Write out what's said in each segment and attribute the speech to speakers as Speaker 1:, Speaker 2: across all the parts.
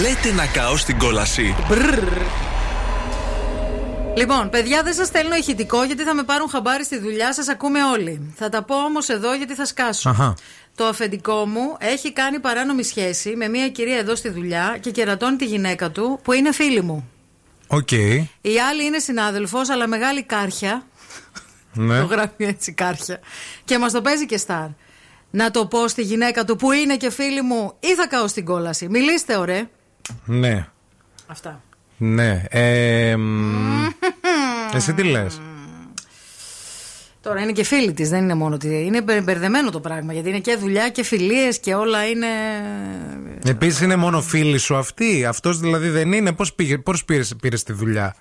Speaker 1: Λέτε να καώ στην κόλαση.
Speaker 2: Λοιπόν, παιδιά, δεν σας στέλνω ηχητικό γιατί θα με πάρουν χαμπάρι στη δουλειά. Σας ακούμε όλοι. Θα τα πω όμως εδώ γιατί θα σκάσω.
Speaker 3: Αχα.
Speaker 2: Το αφεντικό μου έχει κάνει παράνομη σχέση με μια κυρία εδώ στη δουλειά και κερατώνει τη γυναίκα του που είναι φίλη μου.
Speaker 3: Οκ.
Speaker 2: Η άλλη είναι συνάδελφος, αλλά μεγάλη κάρχια.
Speaker 3: Ναι.
Speaker 2: Το γράφει έτσι κάρχια. Και μας το παίζει και στάρ. Να το πω στη γυναίκα του που είναι και φίλη μου ή θα καώ στην κόλαση. Μιλήστε, ωραία.
Speaker 3: Ναι.
Speaker 2: Αυτά.
Speaker 3: Ναι. Ε, μ, εσύ τι λες.
Speaker 2: Τώρα είναι και φίλη της, δεν είναι μόνο ότι. Είναι μπε- μπερδεμένο το πράγμα γιατί είναι και δουλειά και φιλίες και όλα είναι.
Speaker 3: Επίσης είναι μόνο φίλη σου αυτή. Αυτός δηλαδή δεν είναι. Πώς πώς πήρε, πήρες τη δουλειά.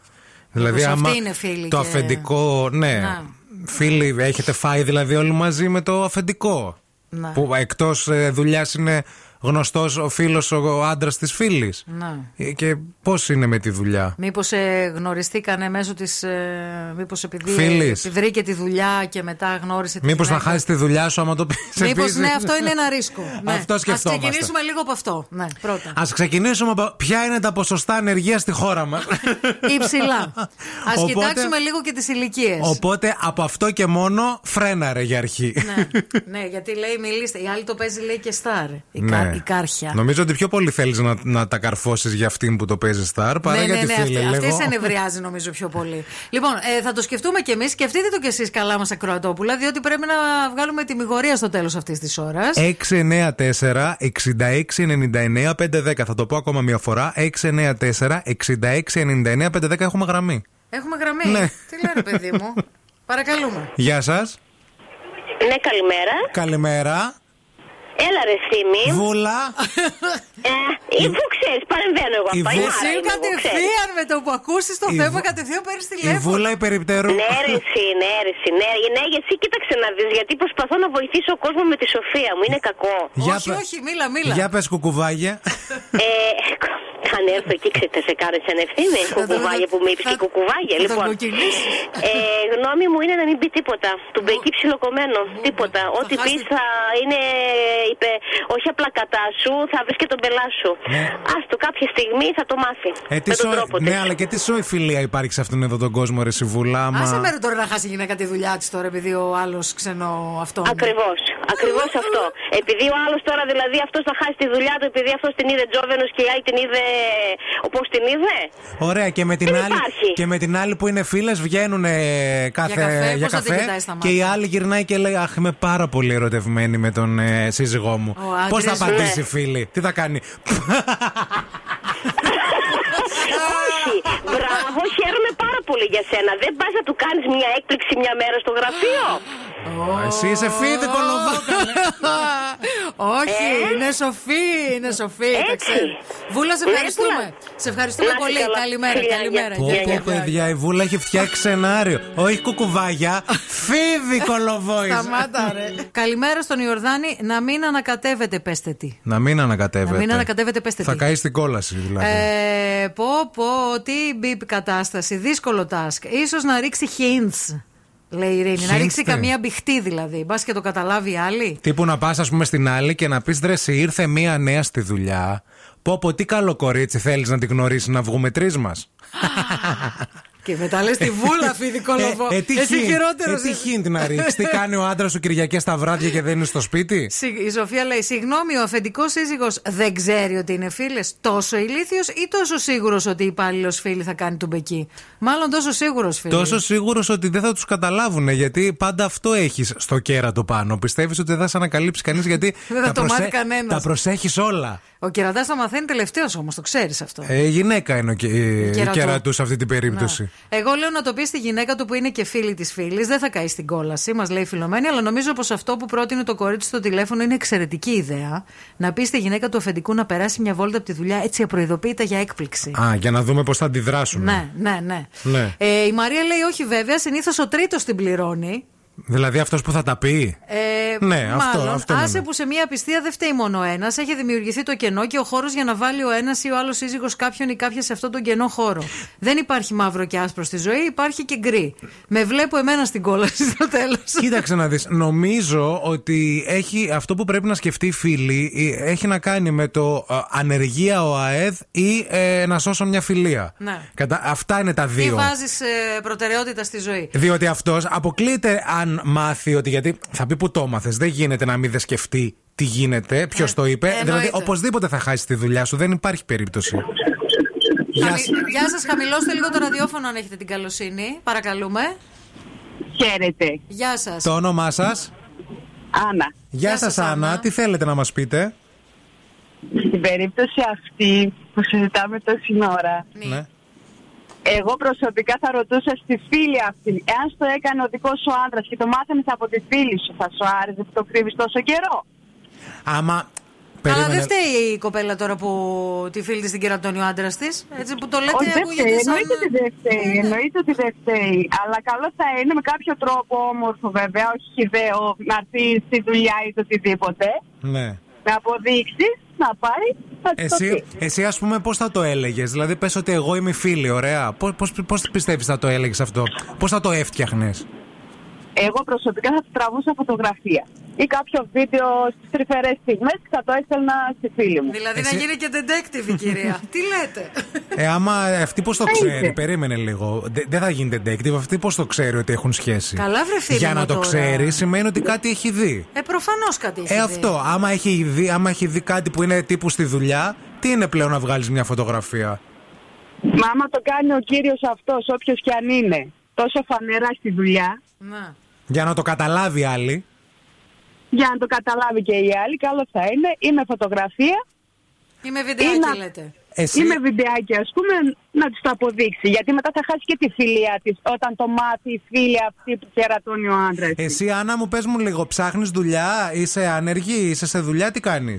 Speaker 3: Δηλαδή,
Speaker 2: αυτή
Speaker 3: άμα
Speaker 2: είναι φίλη
Speaker 3: το
Speaker 2: και-
Speaker 3: αφεντικό. Ναι.
Speaker 2: Να.
Speaker 3: Φίλοι, έχετε φάει δηλαδή όλοι μαζί με το αφεντικό.
Speaker 2: Να.
Speaker 3: Που εκτός δουλειάς είναι γνωστός ο φίλος, ο άντρας της φίλης.
Speaker 2: Να.
Speaker 3: Ε, Και πώς είναι με τη δουλειά.
Speaker 2: Μήπως ε, γνωριστήκανε μέσω της. Ε, Μήπως επειδή
Speaker 3: Φίλης.
Speaker 2: ε, βρήκε τη δουλειά και μετά γνώρισε τη
Speaker 3: Μήπως να
Speaker 2: γυναίκα.
Speaker 3: χάσει τη δουλειά σου άμα το πεις.
Speaker 2: Μήπως, ναι, αυτό είναι ένα ρίσκο. Ναι.
Speaker 3: Αυτό σκεφτόμαστε.
Speaker 2: Ας ξεκινήσουμε λίγο από αυτό. Ναι, πρώτα.
Speaker 3: Ας ξεκινήσουμε από ποια είναι τα ποσοστά ανεργίας στη χώρα μας.
Speaker 2: Υψηλά. Ας κοιτάξουμε λίγο και τις ηλικίες.
Speaker 3: Οπότε από αυτό και μόνο φρέναρε για αρχή.
Speaker 2: Ναι, ναι, γιατί λέει μιλήστε. Η άλλη το παίζει λέει και στάρ. Η,
Speaker 3: Ναι.
Speaker 2: κα- η κάρχια.
Speaker 3: Νομίζω ότι πιο πολύ θέλεις να, να τα καρφώσεις για αυτήν που το παίζει στάρ παρά
Speaker 2: ναι,
Speaker 3: για
Speaker 2: ναι,
Speaker 3: τη
Speaker 2: ναι,
Speaker 3: φίλη.
Speaker 2: αυτή, αυτή
Speaker 3: λέγω.
Speaker 2: σε νευριάζει νομίζω πιο πολύ. λοιπόν, ε, θα το σκεφτούμε κι εμείς. Σκεφτείτε το κι εσείς καλά μας ακροατόπουλα, διότι πρέπει να βγάλουμε τιμιγορία στο τέλος αυτής της ώρας.
Speaker 3: Ε, 694-6699-510. Θα το πω ακόμα μία φορά. 694-6699-510. Έχουμε γραμμή.
Speaker 2: Έχουμε γραμμή.
Speaker 3: Ναι.
Speaker 2: Τι λέω, ρε παιδί μου. Παρακαλούμε.
Speaker 3: Γεια σας.
Speaker 4: Ναι, καλημέρα.
Speaker 3: Καλημέρα.
Speaker 4: Έλα, ρε Θήμη.
Speaker 3: Βούλα.
Speaker 4: Ε, ή που ξέρεις, παρεμβαίνω εγώ.
Speaker 3: Η
Speaker 4: Απα,
Speaker 3: Βου-
Speaker 4: η Μάρα
Speaker 2: Εσύ
Speaker 4: είμαι, εγώ ξέρεις.
Speaker 2: κατευθείαν με το που ακούσεις το
Speaker 3: Η
Speaker 2: θέμα,
Speaker 3: Βου-
Speaker 2: κατευθείαν παίρνεις
Speaker 3: Η
Speaker 2: τηλέφωνο.
Speaker 3: βούλα υπεριπτερού.
Speaker 4: Ναι, ρε εσύ, ναι, ρε εσύ, ναι, ναι, εσύ κοίταξε να δεις, γιατί προσπαθώ να βοηθήσω κόσμος με τη σοφία μου, είναι κακό.
Speaker 3: Για
Speaker 2: όχι,
Speaker 3: πε-
Speaker 2: όχι, μίλα, μίλα.
Speaker 3: Για πες κουκουβάγια.
Speaker 4: ε, αν έρθω εκεί, ξέρετε, σε κάνω σαν ευθύνη, κουκουβάγια που με είπες και
Speaker 2: θα-
Speaker 4: κουκουβάγια,
Speaker 2: θα τον
Speaker 4: λοιπόν.
Speaker 2: κοκκινήσεις.
Speaker 4: Ε, γνώμη μου είναι να μην πει τίποτα, του μπέκει ψιλοκομμένο, τίποτα.
Speaker 2: θα
Speaker 4: Ό,τι πεις
Speaker 2: χάσει-
Speaker 4: θα είναι, είπε, όχι απλά κατά σου, θα βρεις και τον πελά σου.
Speaker 3: Ναι.
Speaker 4: Άστο, κάποια στιγμή θα το μάθει,
Speaker 3: Ε, τι
Speaker 4: με τον
Speaker 3: σο-
Speaker 4: τρόπο
Speaker 3: Ναι,
Speaker 4: της.
Speaker 3: αλλά και τι σοϊ φιλία υπάρχει σε αυτόν εδώ τον κόσμο, ρε Σιβουλά. μα-
Speaker 2: Άσε με ρε τώρα να χάσει η γυναίκα τη δουλειά της τώρα, επειδή ο άλλος ξενό αυτό.
Speaker 4: Ακριβώς. Ακριβώς αυτό. Επειδή ο άλλος τώρα δηλαδή αυτός θα χάσει τη δουλειά του, επειδή αυτός την είδε τζόβενος και η άλλη την είδε. Πώ την είδε.
Speaker 3: Ωραία, και με την,
Speaker 4: Δεν
Speaker 3: άλλη,
Speaker 4: υπάρχει.
Speaker 3: και με την άλλη που είναι φίλες βγαίνουν κάθε
Speaker 2: Για καφέ, πώς θα την κοιτάει στα
Speaker 3: και
Speaker 2: μάτια.
Speaker 3: η άλλη γυρνάει και λέει Αχ, είμαι πάρα πολύ ερωτευμένη με τον ε, σύζυγό μου.
Speaker 2: Ο
Speaker 3: Πώς θα
Speaker 2: άντρας,
Speaker 3: απαντήσει,
Speaker 4: ναι.
Speaker 3: φίλη, τι θα κάνει.
Speaker 4: Όχι. Μπράβο, χαίρομαι πάρα πολύ για σένα. Δεν πας να του κάνεις μια έκπληξη μια μέρα στο γραφείο.
Speaker 3: Ω, Εσύ είσαι φίδι, κολοβάκα.
Speaker 2: Όχι,
Speaker 4: Ε?
Speaker 2: είναι σοφή, είναι σοφή. τα
Speaker 4: Έτσι.
Speaker 2: ξέρεις. Βούλα, σε
Speaker 4: Ναι,
Speaker 2: ευχαριστούμε.
Speaker 4: Βούλα.
Speaker 2: Σε ευχαριστούμε
Speaker 4: Να είσαι
Speaker 2: πολύ.
Speaker 4: καλά.
Speaker 2: Καλημέρα,
Speaker 4: Φιλιά,
Speaker 2: καλημέρα.
Speaker 4: γεια.
Speaker 3: Πω,
Speaker 2: Γεια, γεια, γεια.
Speaker 3: πω, παιδιά, η Βούλα έχει φτιάξει σενάριο. Όχι κουκουβάγια, φίδι κολοβόη.
Speaker 2: Σταμάτα, ρε. Καλημέρα στον Ιορδάνη. Να μην ανακατεύετε, πέστε τι.
Speaker 3: Να μην ανακατεύετε.
Speaker 2: Να μην ανακατεύετε, πέστε
Speaker 3: Θα
Speaker 2: τι.
Speaker 3: καεί στην κόλαση, δηλαδή.
Speaker 2: Ε, πω, πω, τι μπιπ κατάσταση. Δύσκολο task. Ίσως να ρίξει hints, λέει η Ειρήνη. Να
Speaker 3: Hints,
Speaker 2: ρίξει
Speaker 3: τι?
Speaker 4: ναι.
Speaker 2: καμία μπιχτή δηλαδή. Μπας και το καταλάβει η άλλη.
Speaker 3: Τύπου να πας, ας πούμε, στην άλλη και να πεις ρε, εσύ, ήρθε μία νέα στη δουλειά. Πω, πω, τι καλό κορίτσι θέλεις να την γνωρίσεις, να βγούμε τρεις μας.
Speaker 2: Και μετά λες τη βούλα, φίδι κολοβό. Εσύ χειρότερος.
Speaker 3: Ε, Τι χίντι να ρίξεις, τι κάνει ο άντρας σου Κυριακές τα βράδια και δεν είναι στο σπίτι.
Speaker 2: Η Σοφία λέει: Συγγνώμη, ο αφεντικός σύζυγος δεν ξέρει ότι είναι φίλες. Τόσο ηλίθιος ή τόσο σίγουρος ότι η υπάλληλος φίλη θα κάνει τον μπεκί. Μάλλον τόσο σίγουρος φίλη.
Speaker 3: Τόσο σίγουρος ότι δεν θα τους καταλάβουν γιατί πάντα αυτό έχεις στο κέρατο πάνω. Πιστεύεις ότι δεν θα σε ανακαλύψει κανείς γιατί.
Speaker 2: Δεν θα
Speaker 3: τα
Speaker 2: το μάθει κανένας.
Speaker 3: Τα προσέχεις όλα.
Speaker 2: Ο κερατάς θα μαθαίνει τελευταίος όμως, το ξέρεις αυτό.
Speaker 3: Ε, γυναίκα είναι ο και- η
Speaker 2: κερατού.
Speaker 3: κερατούς σε αυτή την περίπτωση.
Speaker 2: Να. Εγώ λέω να το πεις στη γυναίκα του που είναι και φίλη της φίλης. Δεν θα καεί στην κόλαση, μας λέει η Φιλομένη, αλλά νομίζω πως αυτό που πρότεινε το κορίτσι στο τηλέφωνο είναι εξαιρετική ιδέα. Να πεις στη γυναίκα του αφεντικού να περάσει μια βόλτα από τη δουλειά έτσι απροειδοποίητα για έκπληξη.
Speaker 3: Α, για να δούμε πώ θα αντιδράσουν.
Speaker 2: Ναι, ναι, ναι.
Speaker 3: Ναι.
Speaker 2: Ε, η Μαρία λέει όχι βέβαια, συνήθως ο τρίτος την πληρώνει.
Speaker 3: Δηλαδή αυτός που θα τα πει.
Speaker 2: Ε,
Speaker 3: ναι,
Speaker 2: μάλλον,
Speaker 3: αυτό. αυτό
Speaker 2: άσε
Speaker 3: είναι.
Speaker 2: που σε μία απιστία δεν φταίει μόνο ένας. Έχει δημιουργηθεί το κενό και ο χώρος για να βάλει ο ένας ή ο άλλος σύζυγος κάποιον ή κάποια σε αυτόν τον κενό χώρο. Δεν υπάρχει μαύρο και άσπρο στη ζωή, υπάρχει και γκρι. Με βλέπω εμένα στην κόλαση στο τέλος.
Speaker 3: Κοίταξε να δεις, νομίζω ότι έχει, αυτό που πρέπει να σκεφτεί η φίλη ε, έχει να κάνει με το ε, ανεργία ο ΑΕΔ ή ε, να σώσω μια φιλία.
Speaker 2: Ναι.
Speaker 3: Κατα- αυτά είναι τα
Speaker 2: Τι
Speaker 3: δύο.
Speaker 2: βάζεις προτεραιότητα στη ζωή.
Speaker 3: Διότι αυτός αποκλείεται αν μάθει ότι. Γιατί θα πει που το μάθε. Δεν γίνεται να μην δε σκεφτεί τι γίνεται, ποιος το είπε.
Speaker 2: Ναι. Ε, εννοείται.
Speaker 3: δηλαδή, οπωσδήποτε θα χάσει τη δουλειά σου. Δεν υπάρχει περίπτωση. Γεια
Speaker 2: Χαμη-
Speaker 3: σας.
Speaker 2: Γεια σας, χαμηλώστε λίγο το ραδιόφωνο αν έχετε την καλοσύνη. Παρακαλούμε.
Speaker 5: Χαίρετε.
Speaker 2: Γεια σας.
Speaker 3: Το όνομά σας.
Speaker 5: Άννα,
Speaker 3: Γεια
Speaker 2: σας,
Speaker 3: σας, Άννα.
Speaker 2: Άννα.
Speaker 3: Τι θέλετε να μας πείτε.
Speaker 5: στην περίπτωση αυτή που συζητάμε τόση ώρα,
Speaker 3: Ναι.
Speaker 5: εγώ προσωπικά θα ρωτούσα στη φίλη αυτή, εάν στο έκανε ο δικός σου άντρα και το μάθαινες από τη φίλη σου, θα σου άρεσε που το κρύβεις τόσο καιρό.
Speaker 3: Άμα.
Speaker 2: Αλλά
Speaker 3: περίμενε.
Speaker 2: δεν φταίει η κοπέλα τώρα που τη φίλη της την κερατώνει ο άντρας της. Έτσι που το λέτε,
Speaker 5: Όχι, δεν φταίει.
Speaker 2: ακούγεται σαν. Ναι,
Speaker 5: Εννοείται ότι δεν φταίει. Εννοείται ότι δεν φταίει. Αλλά καλό θα είναι με κάποιο τρόπο όμορφο, βέβαια, όχι χιδαίο, να έρθει στη δουλειά ή το οτιδήποτε.
Speaker 3: Ναι.
Speaker 5: Να αποδείξεις, να πάει, θα της το πει.
Speaker 3: Εσύ, εσύ ας πούμε, πώς θα το έλεγες. Δηλαδή, πες ότι εγώ είμαι φίλη, ωραία. Πώς πιστεύεις θα το έλεγες αυτό, Πώς θα το έφτιαχνες.
Speaker 5: Εγώ προσωπικά θα του τραβούσα φωτογραφία ή κάποιο βίντεο στις τρυφερές στιγμές και θα το έστελνα στη φίλη μου.
Speaker 2: Δηλαδή
Speaker 3: Εσύ-
Speaker 2: να γίνει και detective, η κυρία. Τι λέτε.
Speaker 3: Ε, άμα αυτή πώς το
Speaker 5: Θα
Speaker 3: ξέρει,
Speaker 5: είχε.
Speaker 3: περίμενε λίγο. Δε- Δεν θα γίνει detective. Αυτή πώς το ξέρει ότι έχουν σχέση.
Speaker 2: Καλά, βρε, φίλη
Speaker 3: Για
Speaker 2: μου
Speaker 3: να το
Speaker 2: τώρα.
Speaker 3: ξέρει σημαίνει ότι κάτι έχει δει.
Speaker 2: Ε, προφανώς κάτι έχει.
Speaker 3: Ε,
Speaker 2: δει.
Speaker 3: αυτό. Άμα έχει, δει, άμα έχει δει κάτι που είναι τύπου στη δουλειά, τι είναι πλέον να βγάλεις μια φωτογραφία.
Speaker 5: Μα άμα το κάνει ο κύριος αυτός, όποιος και αν είναι, τόσο φανερά στη δουλειά,
Speaker 2: Να.
Speaker 3: Για να το καταλάβει άλλη.
Speaker 5: για να το καταλάβει και η άλλη, καλό θα είναι ή με φωτογραφία
Speaker 2: Είμαι
Speaker 5: ή
Speaker 2: βιντεάκι,
Speaker 5: να-
Speaker 2: λέτε.
Speaker 3: Εσύ-
Speaker 5: ή με βιντεάκι, ας πούμε, να της το αποδείξει. Γιατί μετά θα χάσει και τη φιλία της όταν το μάθει η φίλη αυτή που κερατώνει ο άντρας. της.
Speaker 3: Εσύ, Άννα, μου πες μου λίγο, ψάχνεις δουλειά, είσαι άνεργη, είσαι σε δουλειά, τι κάνεις.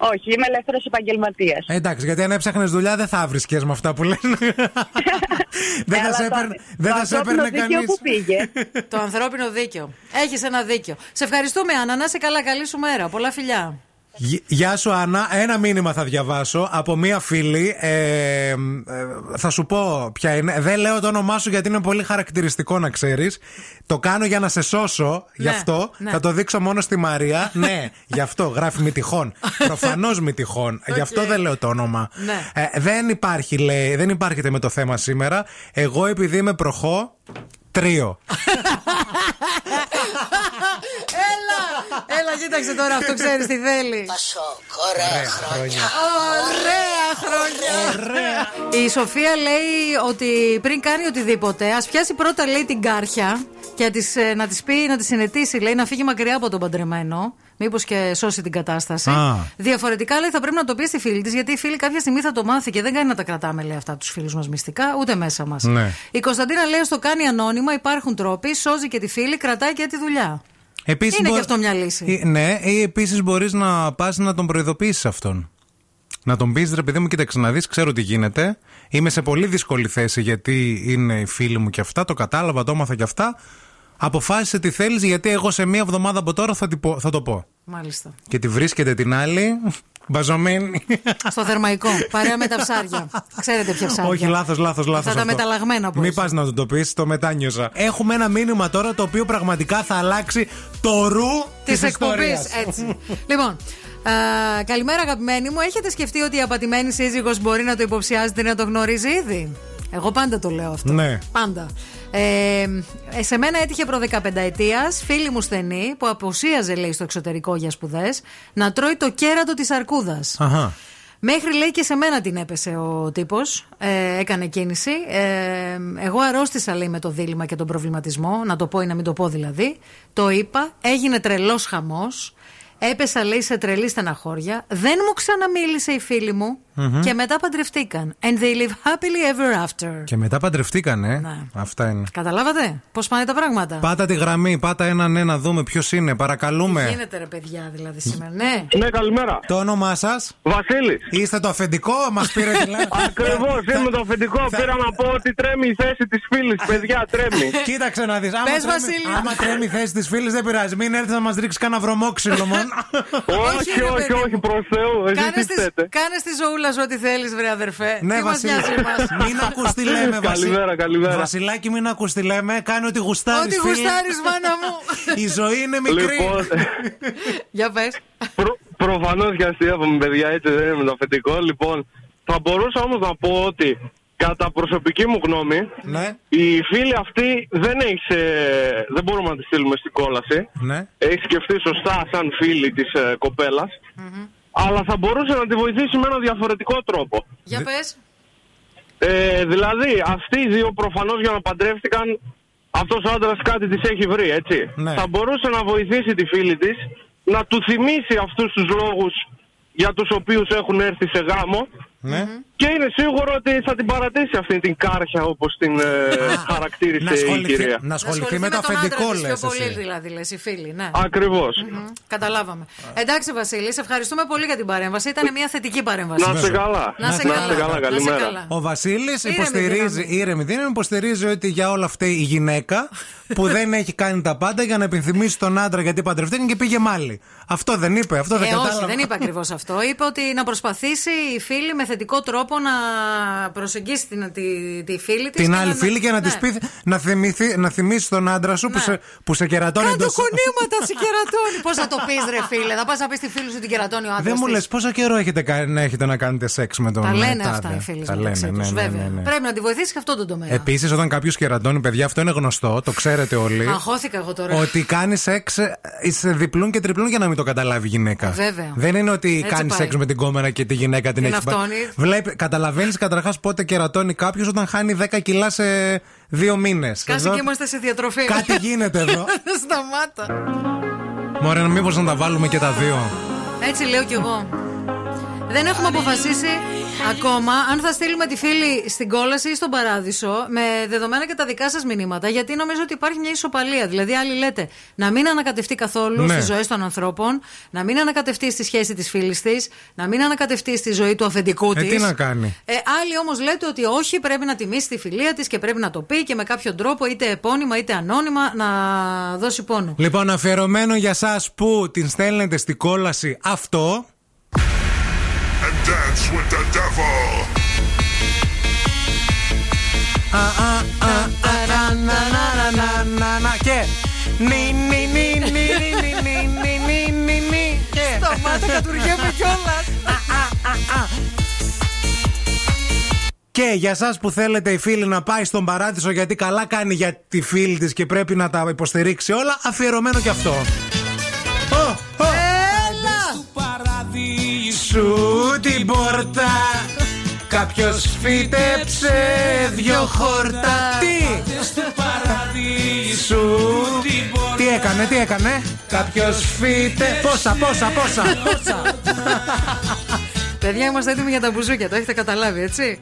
Speaker 5: Όχι, είμαι ελεύθερος επαγγελματίας.
Speaker 3: Ε, εντάξει, γιατί αν έψαχνες δουλειά δεν θα βρίσκε με αυτά που λένε. δεν θα
Speaker 5: Έλα
Speaker 3: σε
Speaker 5: τώρα.
Speaker 3: έπαιρνε, δεν
Speaker 5: Ε, Το
Speaker 3: θα σε έπαιρνε
Speaker 5: ανθρώπινο δίκαιο
Speaker 3: κανείς.
Speaker 5: που πήγε.
Speaker 2: το ανθρώπινο δίκαιο. Έχεις ένα δίκιο. Σε ευχαριστούμε, Άννα. Να είσαι καλά. Καλή σου μέρα. Πολλά φιλιά.
Speaker 3: Γ- Γεια σου Άννα, ένα μήνυμα θα διαβάσω από μία φίλη ε, ε, Θα σου πω ποια είναι Δεν λέω το όνομά σου γιατί είναι πολύ χαρακτηριστικό να ξέρεις Το κάνω για να σε σώσω γι'
Speaker 2: Ναι,
Speaker 3: αυτό
Speaker 2: ναι.
Speaker 3: Θα το δείξω μόνο στη Μαρία Ναι, γι' αυτό γράφει μη τυχόν Προφανώς μη τυχόν Γι' αυτό
Speaker 2: Οκ.
Speaker 3: δεν λέω το όνομα
Speaker 2: Ναι.
Speaker 3: ε, Δεν υπάρχει λέει, δεν υπάρχεται με το θέμα σήμερα Εγώ επειδή είμαι προχώ Τρίο.
Speaker 2: έλα! Έλα, κοίταξε τώρα αυτό, ξέρεις τι θέλει.
Speaker 6: Πασόκ, ωραία
Speaker 3: Ωραία
Speaker 6: χρόνια.
Speaker 3: χρόνια.
Speaker 2: Ωραία χρόνια! Η Σοφία λέει ότι πριν κάνει οτιδήποτε, ας πιάσει πρώτα λέει την κάρχια και να της, ε, να τη πει, να τη συνετίσει, λέει, να φύγει μακριά από τον παντρεμένο. Μήπως και σώσει την κατάσταση.
Speaker 3: Α.
Speaker 2: Διαφορετικά λέει θα πρέπει να το πει στη φίλη της, γιατί η φίλη κάποια στιγμή θα το μάθει και δεν κάνει να τα κρατάμε, λέει αυτά τους φίλους μας μυστικά, ούτε μέσα μας.
Speaker 3: Ναι.
Speaker 2: Η Κωνσταντίνα λέει στο κάνει ανώνυμα, υπάρχουν τρόποι, σώζει και τη φίλη, κρατάει και τη δουλειά.
Speaker 3: Επίσης,
Speaker 2: Είναι
Speaker 3: μπο-
Speaker 2: και αυτό μια λύση.
Speaker 3: Ε, Ναι, ή επίσης μπορείς να πας να τον προειδοποιήσεις αυτόν. Να τον πεις, ρε παιδί μου, κοίταξε να δεις, ξέρω τι γίνεται. Είμαι σε πολύ δύσκολη θέση γιατί είναι οι φίλοι μου και αυτά. Το κατάλαβα, το έμαθα και αυτά. Αποφάσισε τι θέλεις, γιατί εγώ σε μία εβδομάδα από τώρα θα, τη πω- θα το πω.
Speaker 2: Μάλιστα.
Speaker 3: Και τη βρίσκεται την άλλη, μπαζωμένη.
Speaker 2: Στο θερμαϊκό, παρέα με τα ψάρια. Ξέρετε ποια ψάρια.
Speaker 3: Όχι, λάθος, λάθος, λάθο.
Speaker 2: Αυτά τα μεταλλαγμένα που
Speaker 3: Μην
Speaker 2: έχεις.
Speaker 3: πας να του το πεις, το μετάνιωσα. Έχουμε ένα μήνυμα τώρα το οποίο πραγματικά θα αλλάξει το ρου
Speaker 2: Της
Speaker 3: της
Speaker 2: εκπομπής.
Speaker 3: εκπομπή.
Speaker 2: Έτσι. λοιπόν, α, καλημέρα αγαπημένοι μου. Έχετε σκεφτεί ότι η απατημένη σύζυγος μπορεί να το υποψιάζεται ή να το γνωρίζει ήδη. Εγώ πάντα το λέω αυτό.
Speaker 3: Ναι.
Speaker 2: Πάντα. Ε, ε, σε μένα έτυχε προ 15 ετία φίλη μου στενή που αποσίαζε, λέει, στο εξωτερικό για σπουδές να τρώει το κέρατο της αρκούδας.
Speaker 3: Αχα.
Speaker 2: Μέχρι λέει και σε μένα την έπεσε ο τύπος. Ε, έκανε κίνηση. Ε, εγώ αρρώστησα λέει με το δίλημα και τον προβληματισμό. Να το πω ή να μην το πω δηλαδή. Το είπα. Έγινε τρελός χαμός. Έπεσα λέει σε τρελή στεναχώρια. Δεν μου ξαναμίλησε η φίλη μου. και μετά παντρευτήκαν. And they live happily ever after.
Speaker 3: Και μετά παντρευτήκανε.
Speaker 2: Ναι.
Speaker 3: Αυτά είναι.
Speaker 2: Καταλάβατε πώς πάνε τα πράγματα.
Speaker 3: Πάτα τη γραμμή, πάτα έναν ένα, ναι δούμε ποιος είναι.
Speaker 2: Τι
Speaker 3: Παρακαλούμε.
Speaker 2: γίνεται ρε παιδιά δηλαδή σήμερα. Ναι.
Speaker 6: Ναι, καλημέρα.
Speaker 3: Το όνομά σας.
Speaker 6: Βασίλη.
Speaker 3: Είστε το αφεντικό, μας πήρε τηλέφωνο.
Speaker 6: Ακριβώς,
Speaker 3: Θα-
Speaker 6: είμαι το αφεντικό.
Speaker 3: θα-
Speaker 6: Πήρα να πω ότι τρέμει η θέση της φίλης. Παιδιά, τρέμει.
Speaker 3: Κοίταξε να δεις. Άμα,
Speaker 2: Πες,
Speaker 3: τρέμει-
Speaker 2: Βασίλη.
Speaker 3: άμα τρέμει η θέση της φίλης, δεν πειράζει. Μην έρθει να μας ρίξει κανένα βρωμόξυλο μόνο.
Speaker 6: όχι,
Speaker 2: ρε,
Speaker 6: όχι,
Speaker 2: παιδί μου.
Speaker 6: όχι, προς Θεού. Εσεί
Speaker 2: Κάνε
Speaker 6: τι
Speaker 2: στη,
Speaker 6: φταίτε.
Speaker 2: κάνε στη ζωούλα σου ό,τι θέλεις, βρε αδερφέ.
Speaker 3: ναι,
Speaker 2: Ε, τι μας
Speaker 3: Βασίλη.
Speaker 2: νοιάζει εμάς.
Speaker 3: μην ακούς τι λέμε, Βασίλη.
Speaker 6: Καλημέρα, καλημέρα.
Speaker 3: Βασιλάκι, μην ακούς τι λέμε. Κάνει ό,τι γουστάρεις.
Speaker 2: Ό,τι γουστάρεις, μάνα μου.
Speaker 3: Η ζωή είναι μικρή.
Speaker 6: Λοιπόν,
Speaker 2: Για πες.
Speaker 6: προ, προφανώς και αστείευαμε, παιδιά, έτσι δεν είμαι το αφεντικό. Λοιπόν, θα μπορούσα όμως να πω ότι κατά προσωπική μου γνώμη,
Speaker 3: ναι,
Speaker 6: η φίλη αυτή δεν έχεις. ε, δεν μπορούμε να τη στείλουμε στην κόλαση.
Speaker 3: ναι.
Speaker 6: έχεις σκεφτεί σωστά σαν φίλη της ε, κοπελας αλλά θα μπορούσε να τη βοηθήσει με ένα διαφορετικό τρόπο.
Speaker 2: Για πες.
Speaker 6: Ε, δηλαδή, αυτοί οι δύο προφανώς για να παντρεύτηκαν, αυτός ο άντρας κάτι της έχει βρει, έτσι.
Speaker 3: Ναι.
Speaker 6: Θα μπορούσε να βοηθήσει τη φίλη της να του θυμίσει αυτούς τους λόγους για τους οποίους έχουν έρθει σε γάμο
Speaker 3: ναι.
Speaker 6: και είναι σίγουρο ότι θα την παρατήσει αυτή την κάρχια όπως την ε,
Speaker 3: Να
Speaker 6: χαρακτήρισε η
Speaker 3: ασχοληθεί-
Speaker 6: κυρία.
Speaker 3: Να ασχοληθεί με το
Speaker 2: τον άντρα
Speaker 3: αφεντικό,
Speaker 2: της
Speaker 3: λες.
Speaker 2: Πιο πολύ δηλαδή, λες, η φίλη. Ναι.
Speaker 6: Ακριβώς.
Speaker 2: Μμμ, Καταλάβαμε. Εντάξει, Βασίλη, σε ευχαριστούμε πολύ για την παρέμβαση. Ήταν μια θετική παρέμβαση.
Speaker 6: Να σε καλά.
Speaker 2: Να σε καλά. Να σε
Speaker 6: καλημέρα.
Speaker 2: καλά.
Speaker 3: Ο Βασίλης
Speaker 2: Ήρεμη
Speaker 3: υποστηρίζει,
Speaker 2: δύναμη.
Speaker 3: ήρεμη δύναμη, υποστηρίζει ότι για όλα αυτή η γυναίκα που δεν έχει κάνει τα πάντα για να επιθυμήσει τον άντρα γιατί παντρευτήκαν και πήγε μάλι. Αυτό δεν είπε, αυτό δεν
Speaker 2: Ε,
Speaker 3: κατάλαβα.
Speaker 2: όχι, δεν είπε ακριβώς αυτό. Είπε ότι να προσπαθήσει η φίλη με θετικό τρόπο να προσεγγίσει την, τη, τη φίλη της.
Speaker 3: Την άλλη φίλη και να της πει να, θυμηθεί, να θυμίσει τον άντρα σου που,
Speaker 2: Ναι.
Speaker 3: σε, που σε κερατώνει
Speaker 2: Κάντο
Speaker 3: εντός-
Speaker 2: κονίματα σε κερατώνει. Πώς θα το πεις, ρε φίλε, θα πας να πεις στη φίλη σου την κερατώνει ο άντρα.
Speaker 3: Δεν μου λες πόσο καιρό έχετε, κα- να έχετε να κάνετε σεξ με τον
Speaker 2: Τα λένε
Speaker 3: τάδε.
Speaker 2: αυτά οι φίλοι
Speaker 3: Τα
Speaker 2: μεταξύ
Speaker 3: λένε,
Speaker 2: τους,
Speaker 3: ναι, ναι,
Speaker 2: βέβαια.
Speaker 3: ναι, ναι.
Speaker 2: Πρέπει να τη βοηθήσεις και αυτόν τον τομέα.
Speaker 3: Επίσης, όταν κάποιος κερατώνει, παιδιά, αυτό είναι γνωστό, το ξέρετε όλοι.
Speaker 2: Αγχώθηκα εγώ τώρα.
Speaker 3: Ότι κάνει σεξ ε, σε διπλούν και τριπλούν για να μην το καταλάβει η γυναίκα.
Speaker 2: Βέβαια.
Speaker 3: Δεν είναι ότι
Speaker 2: Έτσι
Speaker 3: κάνει
Speaker 2: πάει.
Speaker 3: σεξ με την κόμενα και τη γυναίκα την
Speaker 2: Την
Speaker 3: έχει
Speaker 2: αυτόνη.
Speaker 3: Βλέπει, καταλαβαίνεις καταρχάς πότε κερατώνει κάποιος όταν χάνει 10 κιλά σε δύο μήνες.
Speaker 2: Κάσε και είμαστε σε διατροφή.
Speaker 3: Κάτι γίνεται εδώ.
Speaker 2: Σταμάτα.
Speaker 3: Μωρέ, μήπως να τα βάλουμε και τα δύο.
Speaker 2: Έτσι λέω κι εγώ. Δεν έχουμε αποφασίσει ακόμα αν θα στείλουμε τη φίλη στην κόλαση ή στον παράδεισο με δεδομένα και τα δικά σας μηνύματα. Γιατί νομίζω ότι υπάρχει μια ισοπαλία. Δηλαδή, άλλοι λέτε να μην ανακατευτεί καθόλου
Speaker 3: Ναι.
Speaker 2: στις ζωές των ανθρώπων, να μην ανακατευτεί στη σχέση της φίλης της, να μην ανακατευτεί στη ζωή του αφεντικού
Speaker 3: Ε,
Speaker 2: τη.
Speaker 3: τι να κάνει.
Speaker 2: Ε, άλλοι όμως λέτε ότι όχι, πρέπει να τιμήσει τη φιλία της και πρέπει να το πει και με κάποιο τρόπο, είτε επώνυμα είτε ανώνυμα, να δώσει πόνο.
Speaker 3: Λοιπόν, αφιερωμένο για εσά που την στέλνετε στην κόλαση αυτό.
Speaker 7: and dance with the devil.
Speaker 3: Α, α, α, α, ρα, να, να, να, να, να, να, Και. Νι, νι, νι, νι, νι, νι, νι, νι, νι, νι, και.
Speaker 2: Σταμάτα, κατουργέμαι κιόλας.
Speaker 3: Και για εσάς που θέλετε η φίλη να πάει στον παράδεισο γιατί καλά κάνει για τη φίλη της και πρέπει να τα υποστηρίξει όλα, αφιερωμένο κι αυτό. Ω, ω.
Speaker 2: Έλα!
Speaker 3: Σου την πόρτα Κάποιος φύτεψε δυο χόρτα. Τι! Σου Τι έκανε, τι έκανε. Κάποιος φύτε. Πόσα, πόσα, πόσα.
Speaker 2: Παιδιά, είμαστε έτοιμοι για τα μπουζούκια, το έχετε καταλάβει, έτσι.